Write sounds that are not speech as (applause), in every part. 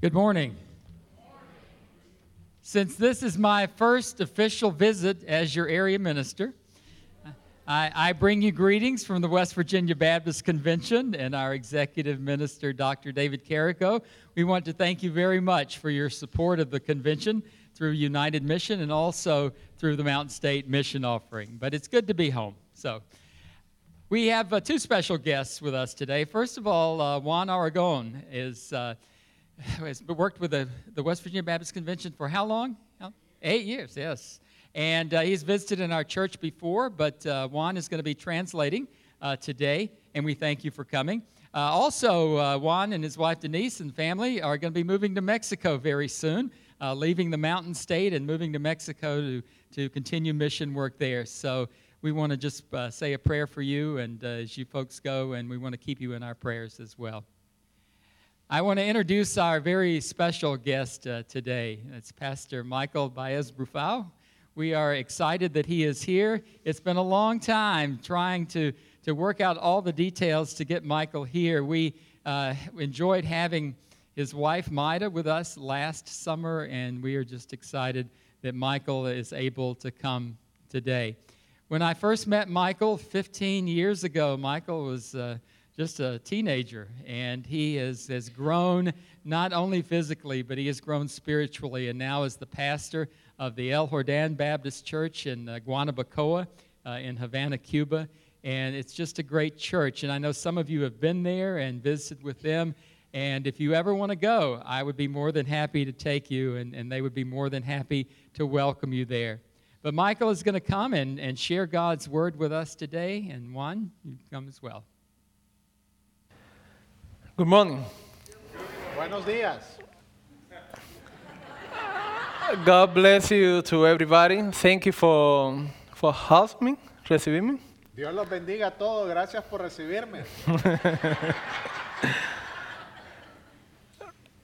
Good morning. Since this is my first official visit as your area minister, I, I bring you greetings from the West Virginia Baptist Convention and our executive minister, Dr. David Carrico. We want to thank you very much for your support of the convention through United Mission and also through the Mountain State Mission Offering. But it's good to be home. So, we have uh, two special guests with us today. First of all, uh, Juan Aragon is, uh, (sighs) has worked with the, the West Virginia Baptist Convention for how long? Eight years, yes. And uh, he's visited in our church before, but uh, Juan is going to be translating uh, today, and we thank you for coming. Uh, also, Juan and his wife Denise and family are going to be moving to Mexico very soon, uh, leaving the mountain state and moving to Mexico to, to continue mission work there. So we want to just uh, say a prayer for you and uh, as you folks go, and we want to keep you in our prayers as well. I want to introduce our very special guest uh, today. It's Pastor Michael Baez Brufau. We are excited that he is here. It's been a long time trying to, to work out all the details to get Michael here. We uh, enjoyed having his wife, Maida, with us last summer, and we are just excited that Michael is able to come today. When I first met Michael 15 years ago, Michael was uh, just a teenager, and he has, has grown not only physically, but he has grown spiritually, and now is the pastor of the El Jordan Baptist Church in uh, Guanabacoa uh, in Havana, Cuba. And it's just a great church, and I know some of you have been there and visited with them. And if you ever want to go, I would be more than happy to take you, and, and they would be more than happy to welcome you there. But Michael is going to come and, and share God's word with us today. And Juan, you come as well. Good morning. Buenos días. God bless you to everybody. Thank you for, for hosting me, recibirme. Dios los bendiga a todos. Gracias por recibirme.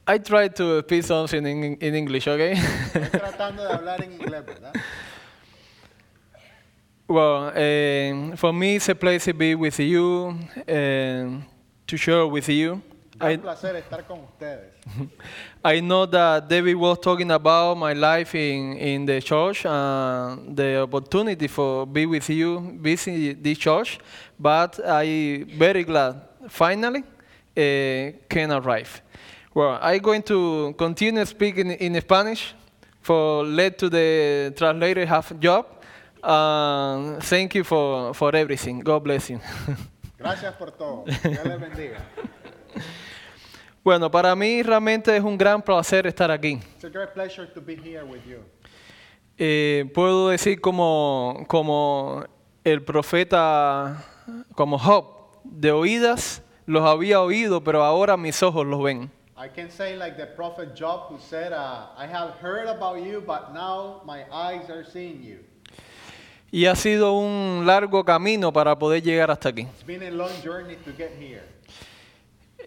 I try to speak something in, in English, okay? (laughs) Estoy tratando de hablar en inglés, ¿verdad? Well, um, for me, it's a place to be with you, um, to share with you. Es un placer estar con ustedes. I know that David was talking about my life in, in the church, uh, the opportunity for be with you, visit the church, but I very glad finally uh, can arrive. Well, I'm going to continue speaking in Spanish for let to the translator have job. Uh, thank you for, for everything. God bless you. (laughs) Gracias por todo. Dios les bendiga. Bueno, para mí realmente es un gran placer estar aquí. It's a great pleasure to be here with you. Eh, puedo decir como, como el profeta, como Job, de oídas los había oído, pero ahora mis ojos los ven. I can say like the prophet Job who said, uh, I have heard about you, but now my eyes are seeing you. Y ha sido un largo camino para poder llegar hasta aquí. It's been a long journey to get here.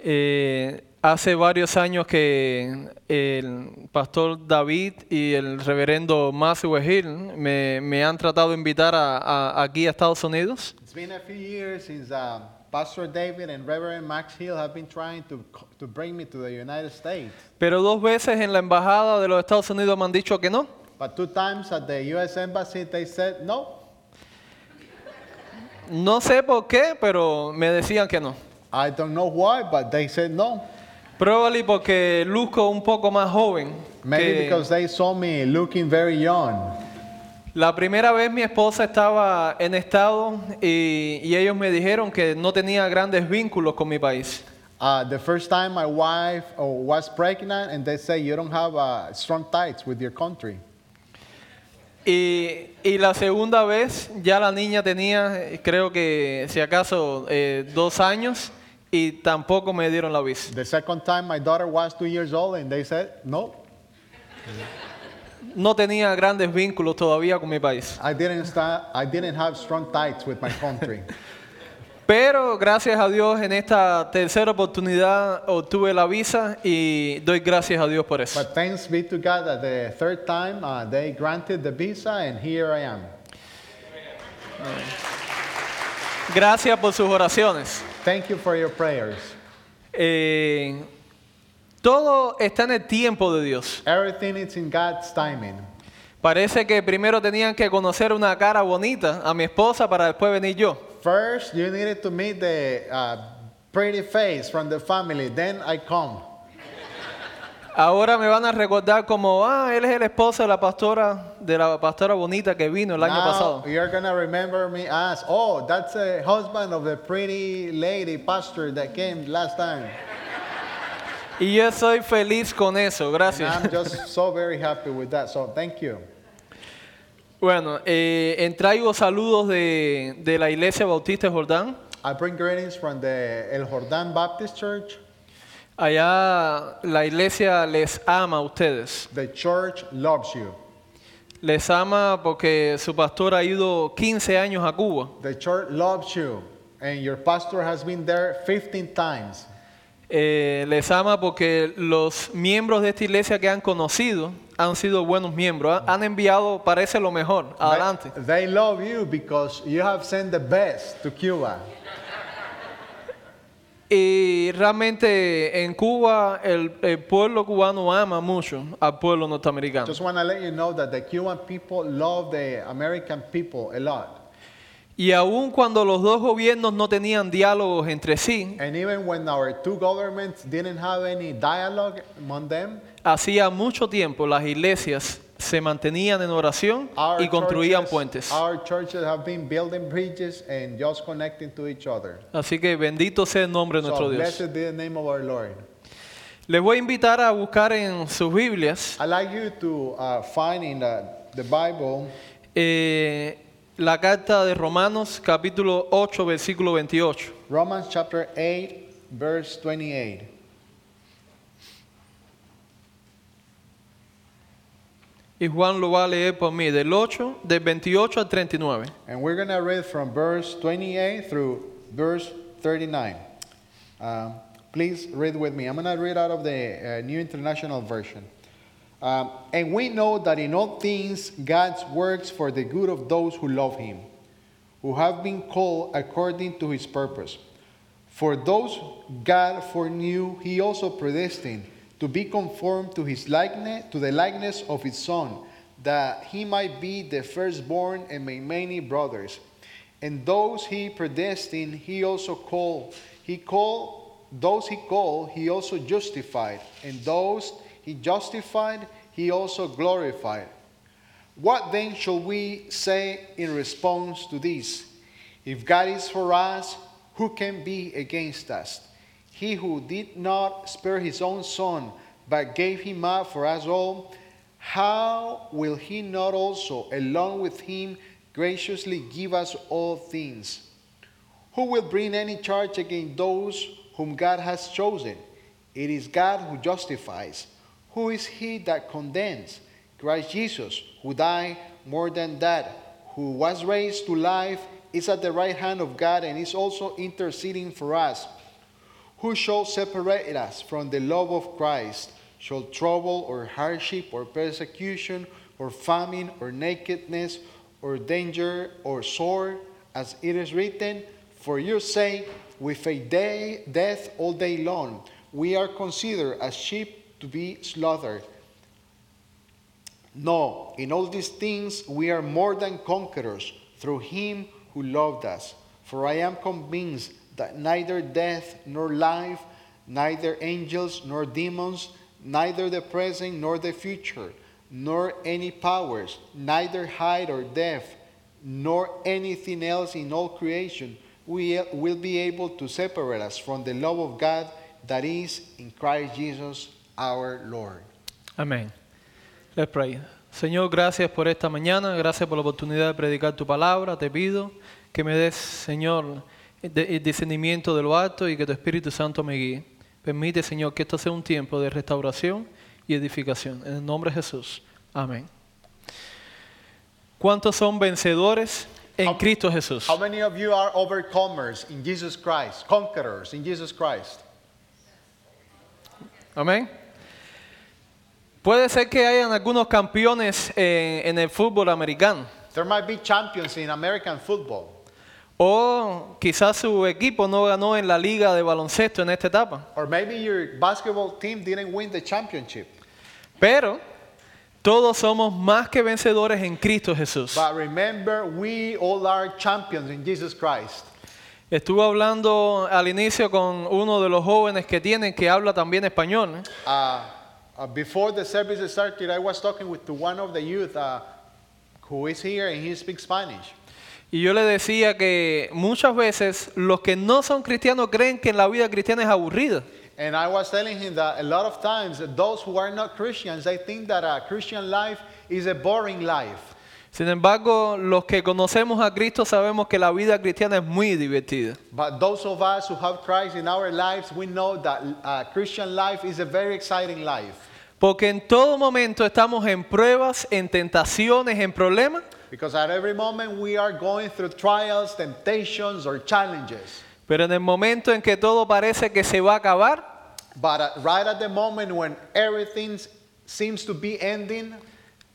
Eh, hace varios años que el pastor David y el reverendo Matthew Hill me, me han tratado de invitar a, a- aquí a Estados Unidos. It's been a few years since um, Pastor David and Reverend Max Hill have been trying to, co- to bring me to the United States. Pero dos veces en la embajada de los Estados Unidos me han dicho que no. But two times at the U.S. Embassy, they said no. No sé por qué, pero me decían que no. I don't know why, but they said no. Probably porque luzco un poco más joven. Maybe que- because they saw me looking very young. La primera vez mi esposa estaba en estado y, y ellos me dijeron que no tenía grandes vínculos con mi país. Uh, the first time my wife oh, was pregnant, and they say you don't have uh, strong ties with your country. Y, y la segunda vez ya la niña tenía, eh, creo que si acaso, eh, dos años y tampoco me dieron la visa. The second time my daughter was two years old, and they said no. No tenía grandes vínculos todavía con mi país. I didn't sta- I didn't have strong ties with my country. Pero gracias a Dios en esta tercera oportunidad obtuve la visa y doy gracias a Dios por eso. but thanks be to God that the third time uh, they granted the visa, and here I am. Gracias por sus oraciones. Thank you for your prayers. Eh, Todo está en el tiempo de Dios. Everything is in God's timing. Parece que primero tenían que conocer una cara bonita a mi esposa para después venir yo. First, you needed to meet the uh, pretty face from the family. Then I come. Ahora me van a recordar como, ah, él es el esposo de la pastora, de la pastora bonita que vino el año Now pasado. you're gonna remember me as, oh, that's the husband of the pretty lady pastor that came last time. Y yo soy feliz con eso, And gracias. I'm just so very happy with that. So thank you. Bueno, eh, en- traigo saludos de, de la Iglesia Bautista de Jordán. I bring greetings from the El Jordan Baptist Church. Allá la iglesia les ama a ustedes. The church loves you. Les ama porque su pastor ha ido 15 años a Cuba. The church loves you. And your pastor has been there 15 times. Eh, les ama porque los miembros de esta iglesia que han conocido han sido buenos miembros. Han- Han enviado, parece lo mejor. Adelante. They, they love you because you have sent the best to Cuba. Y realmente en Cuba el, el pueblo cubano ama mucho al pueblo norteamericano. Just want to let you know that the Cuban people love the American people a lot. Y aun cuando los dos gobiernos no tenían diálogos entre sí, And even when our two governments didn't have any dialogue among them, hacía mucho tiempo las iglesias se mantenían en oración our y construían churches- puentes. Our churches have been building bridges and just connecting to each other. Así que bendito sea el nombre de So nuestro Dios. blessed be the name of our Lord. Les voy a invitar a buscar en sus Biblias I'd like you to uh, find in the, the Bible eh, la carta de Romanos capítulo 8 versículo 28. Romans chapter 8, verse 28. Y Juan lo va a leer por mí del 8, del 28 al 39. And we're going to read from verse 28 through verse 39. Um, please read with me. I'm going to read out of the uh, New International Version. Um, and we know that in all things God works for the good of those who love him, who have been called according to his purpose. For those God foreknew, he also predestined to be conformed to his likeness, to the likeness of his son, that he might be the firstborn among many brothers. And those he predestined, he also called. He called those he called, he also justified, and those he justified, he also glorified. What then shall we say in response to this? If God is for us, who can be against us? He who did not spare his own son, but gave him up for us all, how will he not also, along with him, graciously give us all things? Who will bring any charge against those whom God has chosen? It is God who justifies. Who is he that condemns? Christ Jesus, who died more than that, who was raised to life, is at the right hand of God and is also interceding for us. Who shall separate us from the love of Christ? Shall trouble or hardship or persecution or famine or nakedness or danger or sword, as it is written, For your sake we face day, death all day long. We are considered as sheep to be slaughtered. No, in all these things we are more than conquerors through him who loved us. For I am convinced that neither death nor life, neither angels nor demons, neither the present nor the future, nor any powers, neither height or depth, nor anything else in all creation we will be able to separate us from the love of God that is in Christ Jesus our Lord. Amén. Let's pray. Señor, gracias por esta mañana, gracias por la oportunidad de predicar tu palabra. Te pido que me des, Señor, el de- el discernimiento de lo alto y que tu Espíritu Santo me guíe. Permite, Señor, que esto sea un tiempo de restauración y edificación. En el nombre de Jesús. Amén. ¿Cuántos son vencedores en Am- Cristo Jesús? How many of you are overcomers in Jesus Christ, conquerors in Jesus Christ? Amén. Puede ser que hayan algunos campeones eh, en el fútbol americano. There might be champions in American football O quizás su equipo no ganó en la liga de baloncesto en esta etapa. Or maybe your basketball team didn't win the championship. Pero todos somos más que vencedores en Cristo Jesús. But remember, we all are champions in Jesus Christ. Estuve hablando al inicio con uno de los jóvenes que tienen que habla también español. ¿eh? Uh, uh, before the service started, I was talking with to one of the youth uh, who is here and he speaks Spanish. Y yo le decía que muchas veces los que no son cristianos creen que la vida cristiana es aburrida. And I was telling him that a lot of times those who are not Christians, they think that a Christian life is a boring life. Sin embargo, los que conocemos a Cristo sabemos que la vida cristiana es muy divertida. But those of us who have Christ in our lives, we know that uh, Christian life is a very exciting life Porque en todo momento estamos en pruebas, en tentaciones, en problemas, because at every moment we are going through trials, temptations, or challenges. pero en el momento en que todo parece que se va a acabar, But uh, right at the moment when everything s- seems to be ending,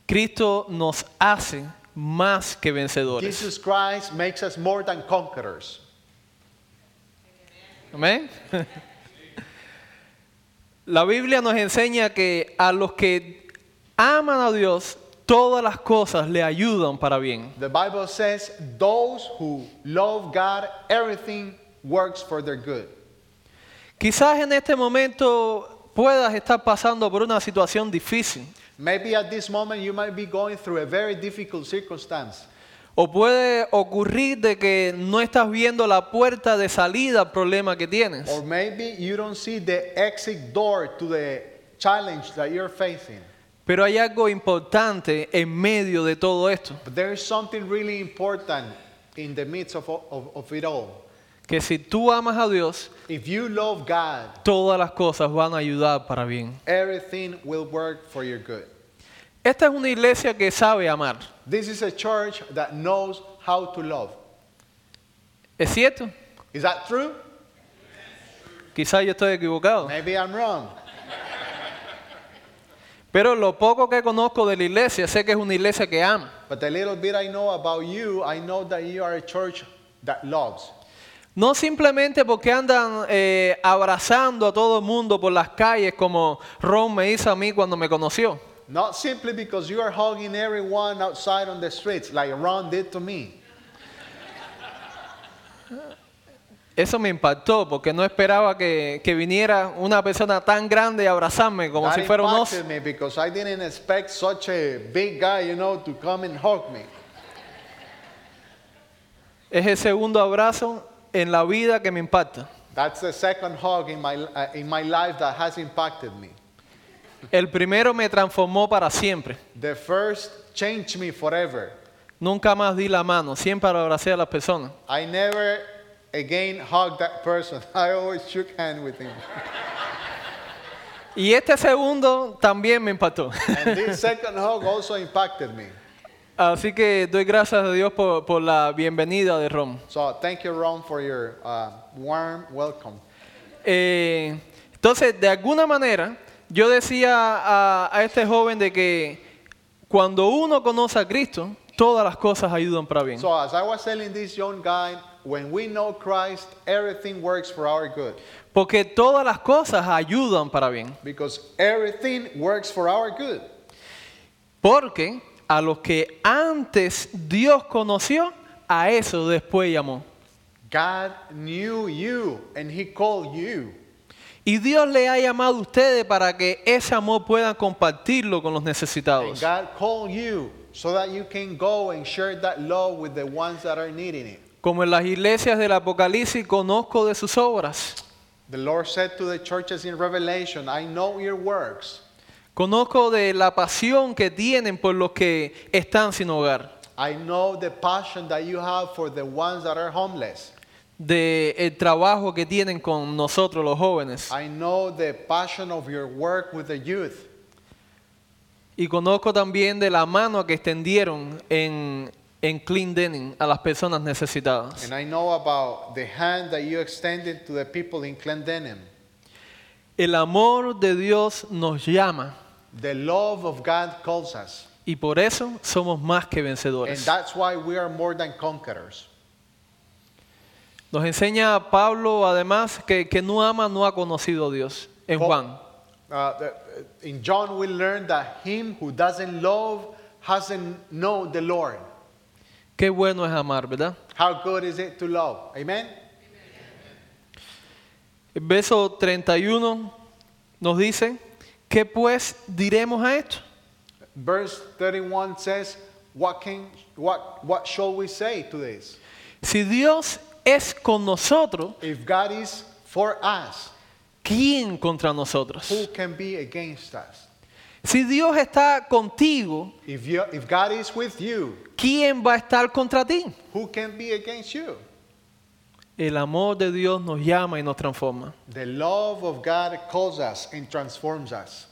Cristo nos hace más que vencedores. Jesus Christ makes us more than conquerors. Amén. (laughs) La Biblia nos enseña que a los que aman a Dios, todas las cosas le ayudan para bien. The Bible says, Those who love God, everything works for their good. Quizás en este momento puedas estar pasando por una situación difícil Maybe at this moment you might be going through a very difficult circumstance. o puede ocurrir de que no estás viendo la puerta de salida al problema que Or tienes. maybe you don't see the exit door to the challenge that you're facing. Pero hay algo importante en medio de todo esto, But there is something really important in the midst of, of, of it all. que si tú amas a Dios, If you love God, todas las cosas van a ayudar para bien. everything will work for your good. Esta es una iglesia que sabe amar, This is a church that knows how to love. ¿es cierto? Is that true? Quizás yo estoy equivocado, Maybe I'm wrong. pero lo poco que conozco de la iglesia, sé que es una iglesia que ama. But the little bit I know about you, I know that you are a church that loves. No simplemente porque andan eh, abrazando a todo el mundo por las calles como Ron me hizo a mí cuando me conoció. Not simply because you are hugging everyone outside on the streets like Ron did to me. Eso me impactó porque no esperaba que, que viniera una persona tan grande a abrazarme como that si fuera un oso. impacted me because I didn't expect such a big guy, you know, to come and hug me. Es el segundo abrazo en la vida que me impacta. That's the second hug in my, uh, in my life that has impacted me. El primero me transformó para siempre. The first changed me forever. Nunca más di la mano, siempre abracé a las personas. I never again hugged that person. (laughs) I always shook hand with him. Y este segundo también me impactó. (laughs) And this second hug also impacted me. Así que doy gracias a Dios por, por la bienvenida de Ron. So thank you, Ron, for your uh, warm welcome. Eh, entonces, de alguna manera, yo decía a, a este joven de que cuando uno conoce a Cristo, todas las cosas ayudan para bien. So as I was telling this young guy, when we know Christ, everything works for our good. Porque todas las cosas ayudan para bien. Because everything works for our good. Porque a los que antes Dios conoció, a eso después llamó. God knew you and he called you. Y Dios le ha llamado a ustedes para que ese amor puedan compartirlo con los And necesitados. God called you so that you can go and share that love with the ones that are needing it. Como en las iglesias del Apocalipsis conozco de sus obras. The Lord said to the churches in Revelation, I know your works. Conozco de la pasión que tienen por los que están sin hogar, I know the passion that you have for the ones that are homeless. de el trabajo que tienen con nosotros los jóvenes I know the passion of your work with the youth. y conozco también de la mano que extendieron en, en Clean Denning a las personas necesitadas. And I know about the hand that you extended to the people in Clendenim. El amor de Dios nos llama The love of God calls us. y por eso somos más que And vencedores. that's why we are more than conquerors. Nos enseña Pablo además que que no ama no ha conocido a Dios en Paul- Juan. Uh, the- in John, we learn that him who doesn't love hasn't known the Lord. Qué bueno es amar, ¿verdad? How good is it to love? Amen? El verso 31 nos dice, ¿qué pues diremos a esto? Verse 31 says, what, can, what, what shall we say to this? Si Dios es con nosotros, If God is for us, ¿quién contra nosotros? who can be against us? Si Dios está contigo, If, you, if God is with you, ¿quién va a estar contra ti? who can be against you? El amor de Dios nos llama y nos transforma. The love of God calls us and transforms us.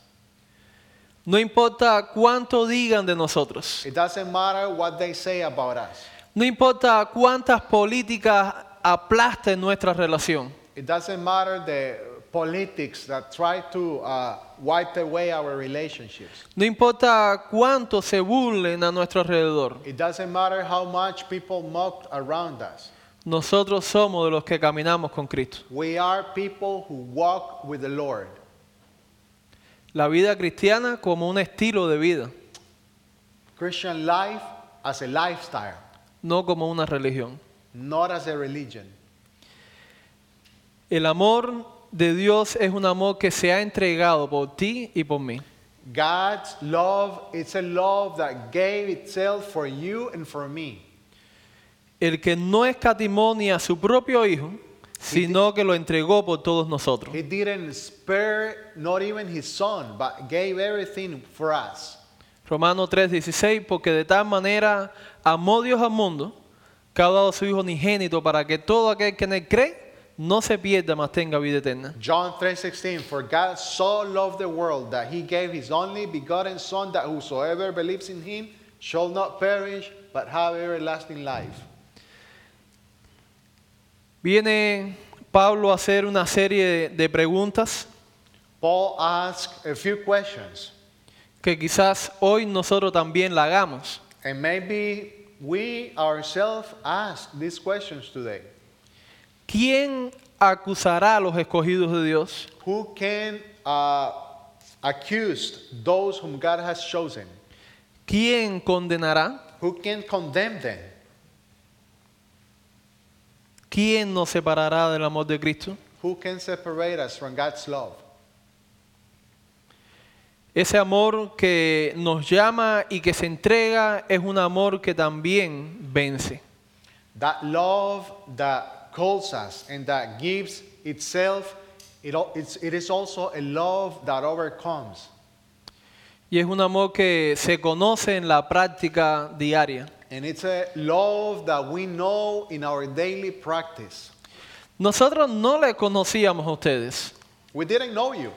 No importa cuánto digan de nosotros, It doesn't matter what they say about us. no importa cuántas políticas aplasten nuestra relación, It doesn't matter the politics that try to uh, wipe away our relationships. no importa cuánto se burlen a nuestro alrededor, It doesn't matter how much people mock around us. nosotros somos de los que caminamos con Cristo. We are people who walk with the Lord. La vida cristiana como un estilo de vida, Christian life as a lifestyle, no como una religión. not as a religion. El amor de Dios es un amor que se ha entregado por ti y por mí. God's love is a love that gave itself for you and for me. El que no escatimó ni a su propio hijo, sino que lo entregó por todos nosotros. He didn't spare not even his son, but gave everything for us. Romano 3:16, porque de tal manera amó Dios al mundo, que ha dado a su hijo unigénito para que todo aquel que en él cree no se pierda, mas tenga vida eterna. John 3:16 For God so loved the world that he gave his only begotten son that whosoever believes in him shall not perish but have everlasting life. Viene Pablo a hacer una serie de- de preguntas Paul asks a few questions que quizás hoy nosotros también la hagamos. and maybe we ourselves ask these questions today. ¿Quién acusará a los escogidos de Dios? Who can uh, accuse those whom God has chosen? ¿Quién condenará? Who can condemn them? ¿Quién nos separará del amor de Cristo? Who can separate us from God's love? Ese amor que nos llama y que se entrega es un amor que también vence. That love that calls us and that gives itself, it, al- it's, it is also a love that overcomes. Y es un amor que se conoce en la práctica diaria. And it's a love that we know in our daily practice. Nosotros no le conocíamos a ustedes. We didn't know you.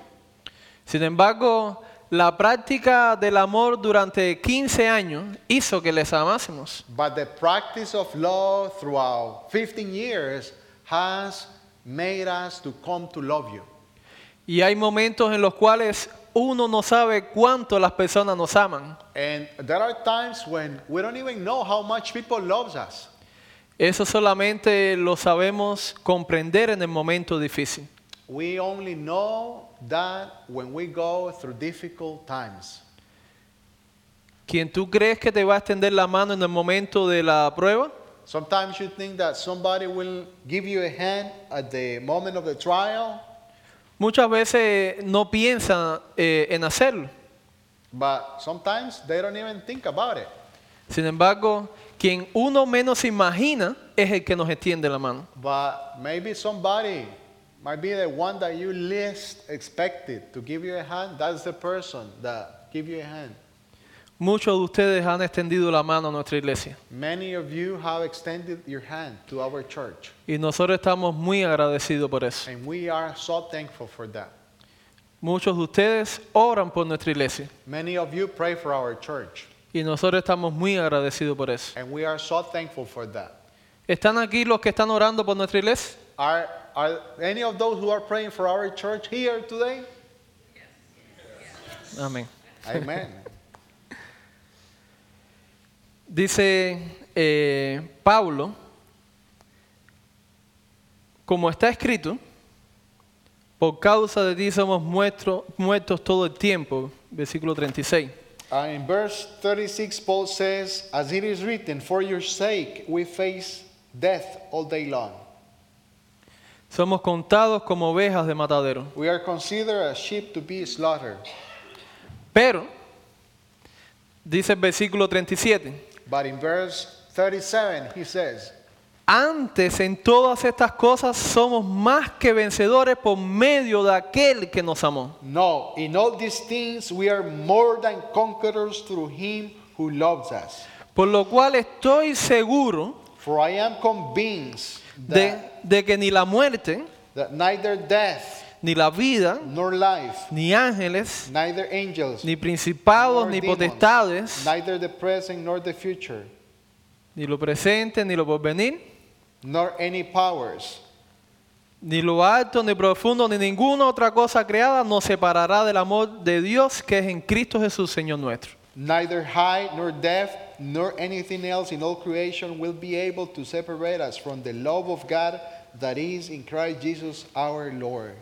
Sin embargo, la práctica del amor durante 15 años hizo que les amásemos. But the practice of love throughout 15 years has made us to come to love you. Y hay momentos en los cuales uno no sabe cuánto las personas nos aman. And there are times when we don't even know how much people loves us. Eso solamente lo sabemos comprender en el momento difícil. We only know that when we go through difficult times. Quien tú crees que te va a extender la mano en el momento de la prueba, Sometimes you think that somebody will give you a hand at the moment of the trial, muchas veces no piensa eh, en hacerlo. but sometimes they don't even think about it. Sin embargo, quien uno menos imagina es el que nos extiende la mano. But maybe somebody might be the one that you least expected to give you a hand. That's the person that give you a hand. Muchos de ustedes han extendido la mano a nuestra iglesia Many of you have extended your hand to our church, y nosotros estamos muy agradecidos por eso. and we are so thankful for that. Muchos de ustedes oran por nuestra iglesia. Many of you pray for our church, Y nosotros estamos muy agradecidos por eso. and we are so thankful for that. ¿Están aquí los que están orando por nuestra iglesia? Are, are any of those who are praying for our church here today? Amén. Amen. Dice eh, Pablo como está escrito, por causa de ti somos muertos, muertos todo el tiempo. Versículo 36. Uh, in verse 36, Paul says, As it is written, for your sake we face death all day long. Somos contados como ovejas de matadero. We are considered as sheep to be slaughtered. Pero, dice el versículo 37, But in verse 37, he says, antes en todas estas cosas somos más que vencedores por medio de aquel que nos amó. No, in all these things we are more than conquerors through him who loves us. Por lo cual estoy seguro For I am convinced de, that, de que ni la muerte, that neither death ni la vida, nor life, ni ángeles, neither angels, ni principados, nor ni demons, potestades, neither the present nor the future, ni lo presente, ni lo porvenir, nor any powers, ni lo alto, ni profundo, ni ninguna otra cosa creada nos separará del amor de Dios que es en Cristo Jesús, Señor nuestro. neither high nor depth, nor anything else in all creation will be able to separate us from the love of God that is in Christ Jesus our Lord.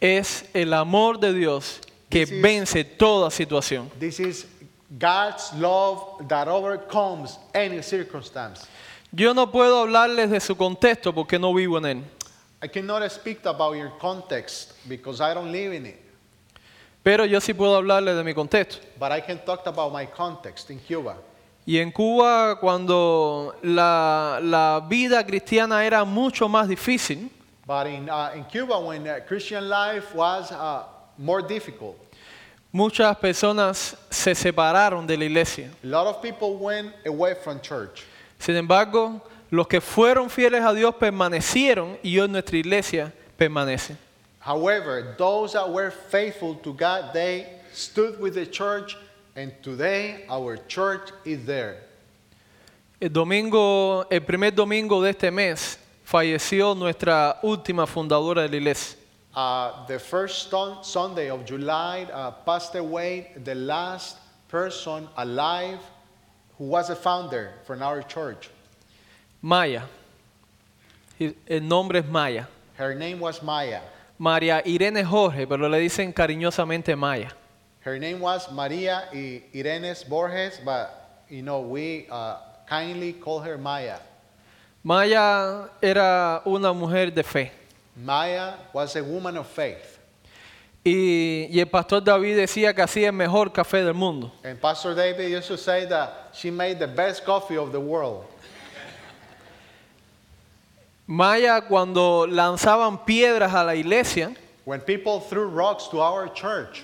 Es el amor de Dios que This is- vence toda situación. This is God's love that overcomes any circumstance. Yo no puedo hablarles de su contexto porque no vivo en él, I cannot speak about your context because I don't live in it, pero yo sí puedo hablarles de mi contexto. but I can talk about my context in Cuba. Y en Cuba, cuando la, la vida cristiana era mucho más difícil, But in, uh, in Cuba, when uh, Christian life was uh, more difficult, muchas personas se separaron de la iglesia. a lot of people went away from church. Sin embargo, los que fueron fieles a Dios permanecieron y hoy nuestra iglesia permanece. However, those that were faithful to God, they stood with the church, and today our church is there. El domingo, el primer domingo de este mes, falleció nuestra última fundadora de la iglesia. Uh, the first sun- Sunday of July uh, passed away the last person alive who was a founder from our church. Maya. Y El nombre es Maya. Her name was Maya. María Irene Jorge, pero le dicen cariñosamente Maya. Her name was Maria I- Irenes Borges, but you know we uh, kindly call her Maya. Maya era una mujer de fe. Maya was a woman of faith, Y, y el pastor David decía que hacía el mejor café del mundo. and Pastor David used to say that she made the best coffee of the world. Maya cuando lanzaban piedras a la iglesia, When people threw rocks to our church,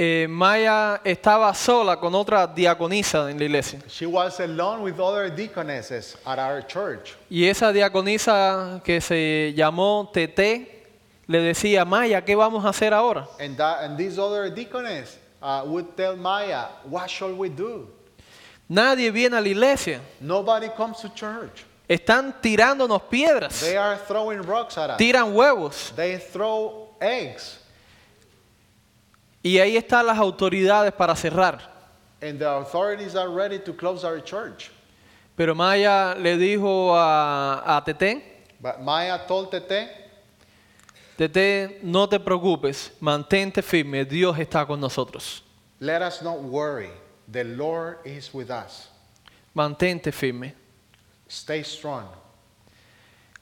eh, Maya estaba sola con otra diaconisa en la iglesia. she was alone with other deaconesses at our church. Y esa diaconisa que se llamó Tete le decía, Maya, ¿qué vamos a hacer ahora? And, that, and these other deaconess uh, would tell Maya, What shall we do? Nadie viene a la iglesia. Nobody comes to church. Están tirándonos piedras, They are throwing rocks at us, tiran huevos. they throw eggs. Y ahí están las autoridades para cerrar. And the authorities are ready to close our church. Pero Maya le dijo a, a Tete, But Maya told Tete, Tete, no te preocupes, mantente firme, Dios está con nosotros. Let us not worry. The Lord is with us. Mantente firme. Stay strong.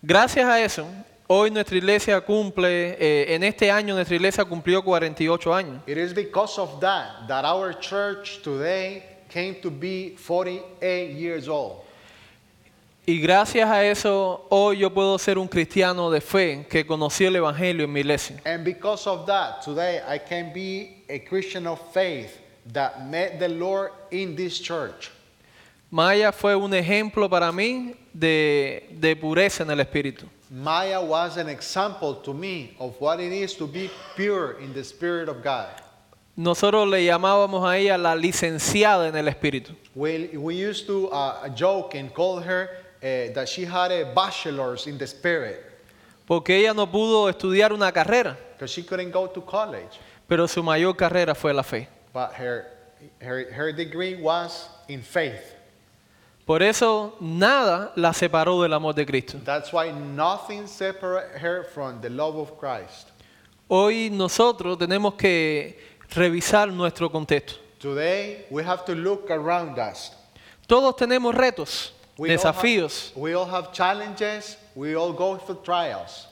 Gracias a eso, hoy nuestra iglesia cumple, eh, en este año nuestra iglesia cumplió 48 años. It is because of that that our church today came to be 48 years old. Y gracias a eso, hoy yo puedo ser un cristiano de fe que conoció el Evangelio en mi iglesia. And because of that, today I can be a Christian of faith that met the Lord in this church. Maya fue un ejemplo para mí de, de pureza en el espíritu. Maya was an example to me of what it is to be pure in the Spirit of God. Nosotros le llamábamos a ella la licenciada en el espíritu. We, we used to uh, joke and call her uh, that she had a bachelor's in the Spirit Porque ella no pudo estudiar una carrera, because she couldn't go to college. pero su mayor carrera fue la fe. But her, her, her degree was in faith. Por eso nada la separó del amor de Cristo. That's why nothing separates her from the love of Christ. Hoy nosotros tenemos que revisar nuestro contexto. Today, we have to look around us. Todos tenemos retos, We all have- desafíos. we all have challenges. We all go through trials.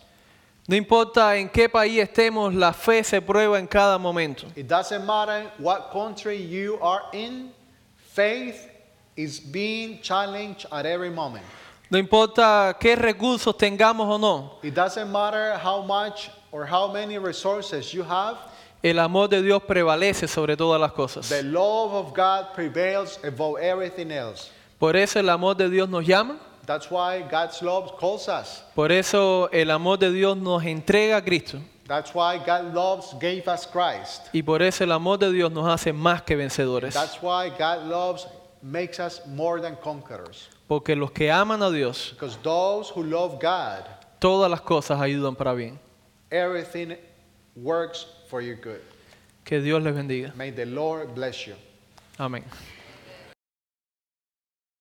No importa en qué país estemos, la fe se prueba en cada momento. It doesn't matter what country you are in, faith is being challenged at every moment. No importa qué recursos tengamos o no, It doesn't matter how much or how many resources you have, el amor de Dios prevalece sobre todas las the cosas. love of God prevails above everything else. Por eso el amor de Dios nos llama, That's why God's love calls us. por eso el amor de Dios nos entrega a Cristo That's why God loves gave us Christ. y por eso el amor de Dios nos hace más que vencedores. That's why God loves makes us more than conquerors. Porque los que aman a Dios, Because those who love God, todas las cosas ayudan para bien. everything works for your good. Que Dios les bendiga. May the Lord bless you. Amén.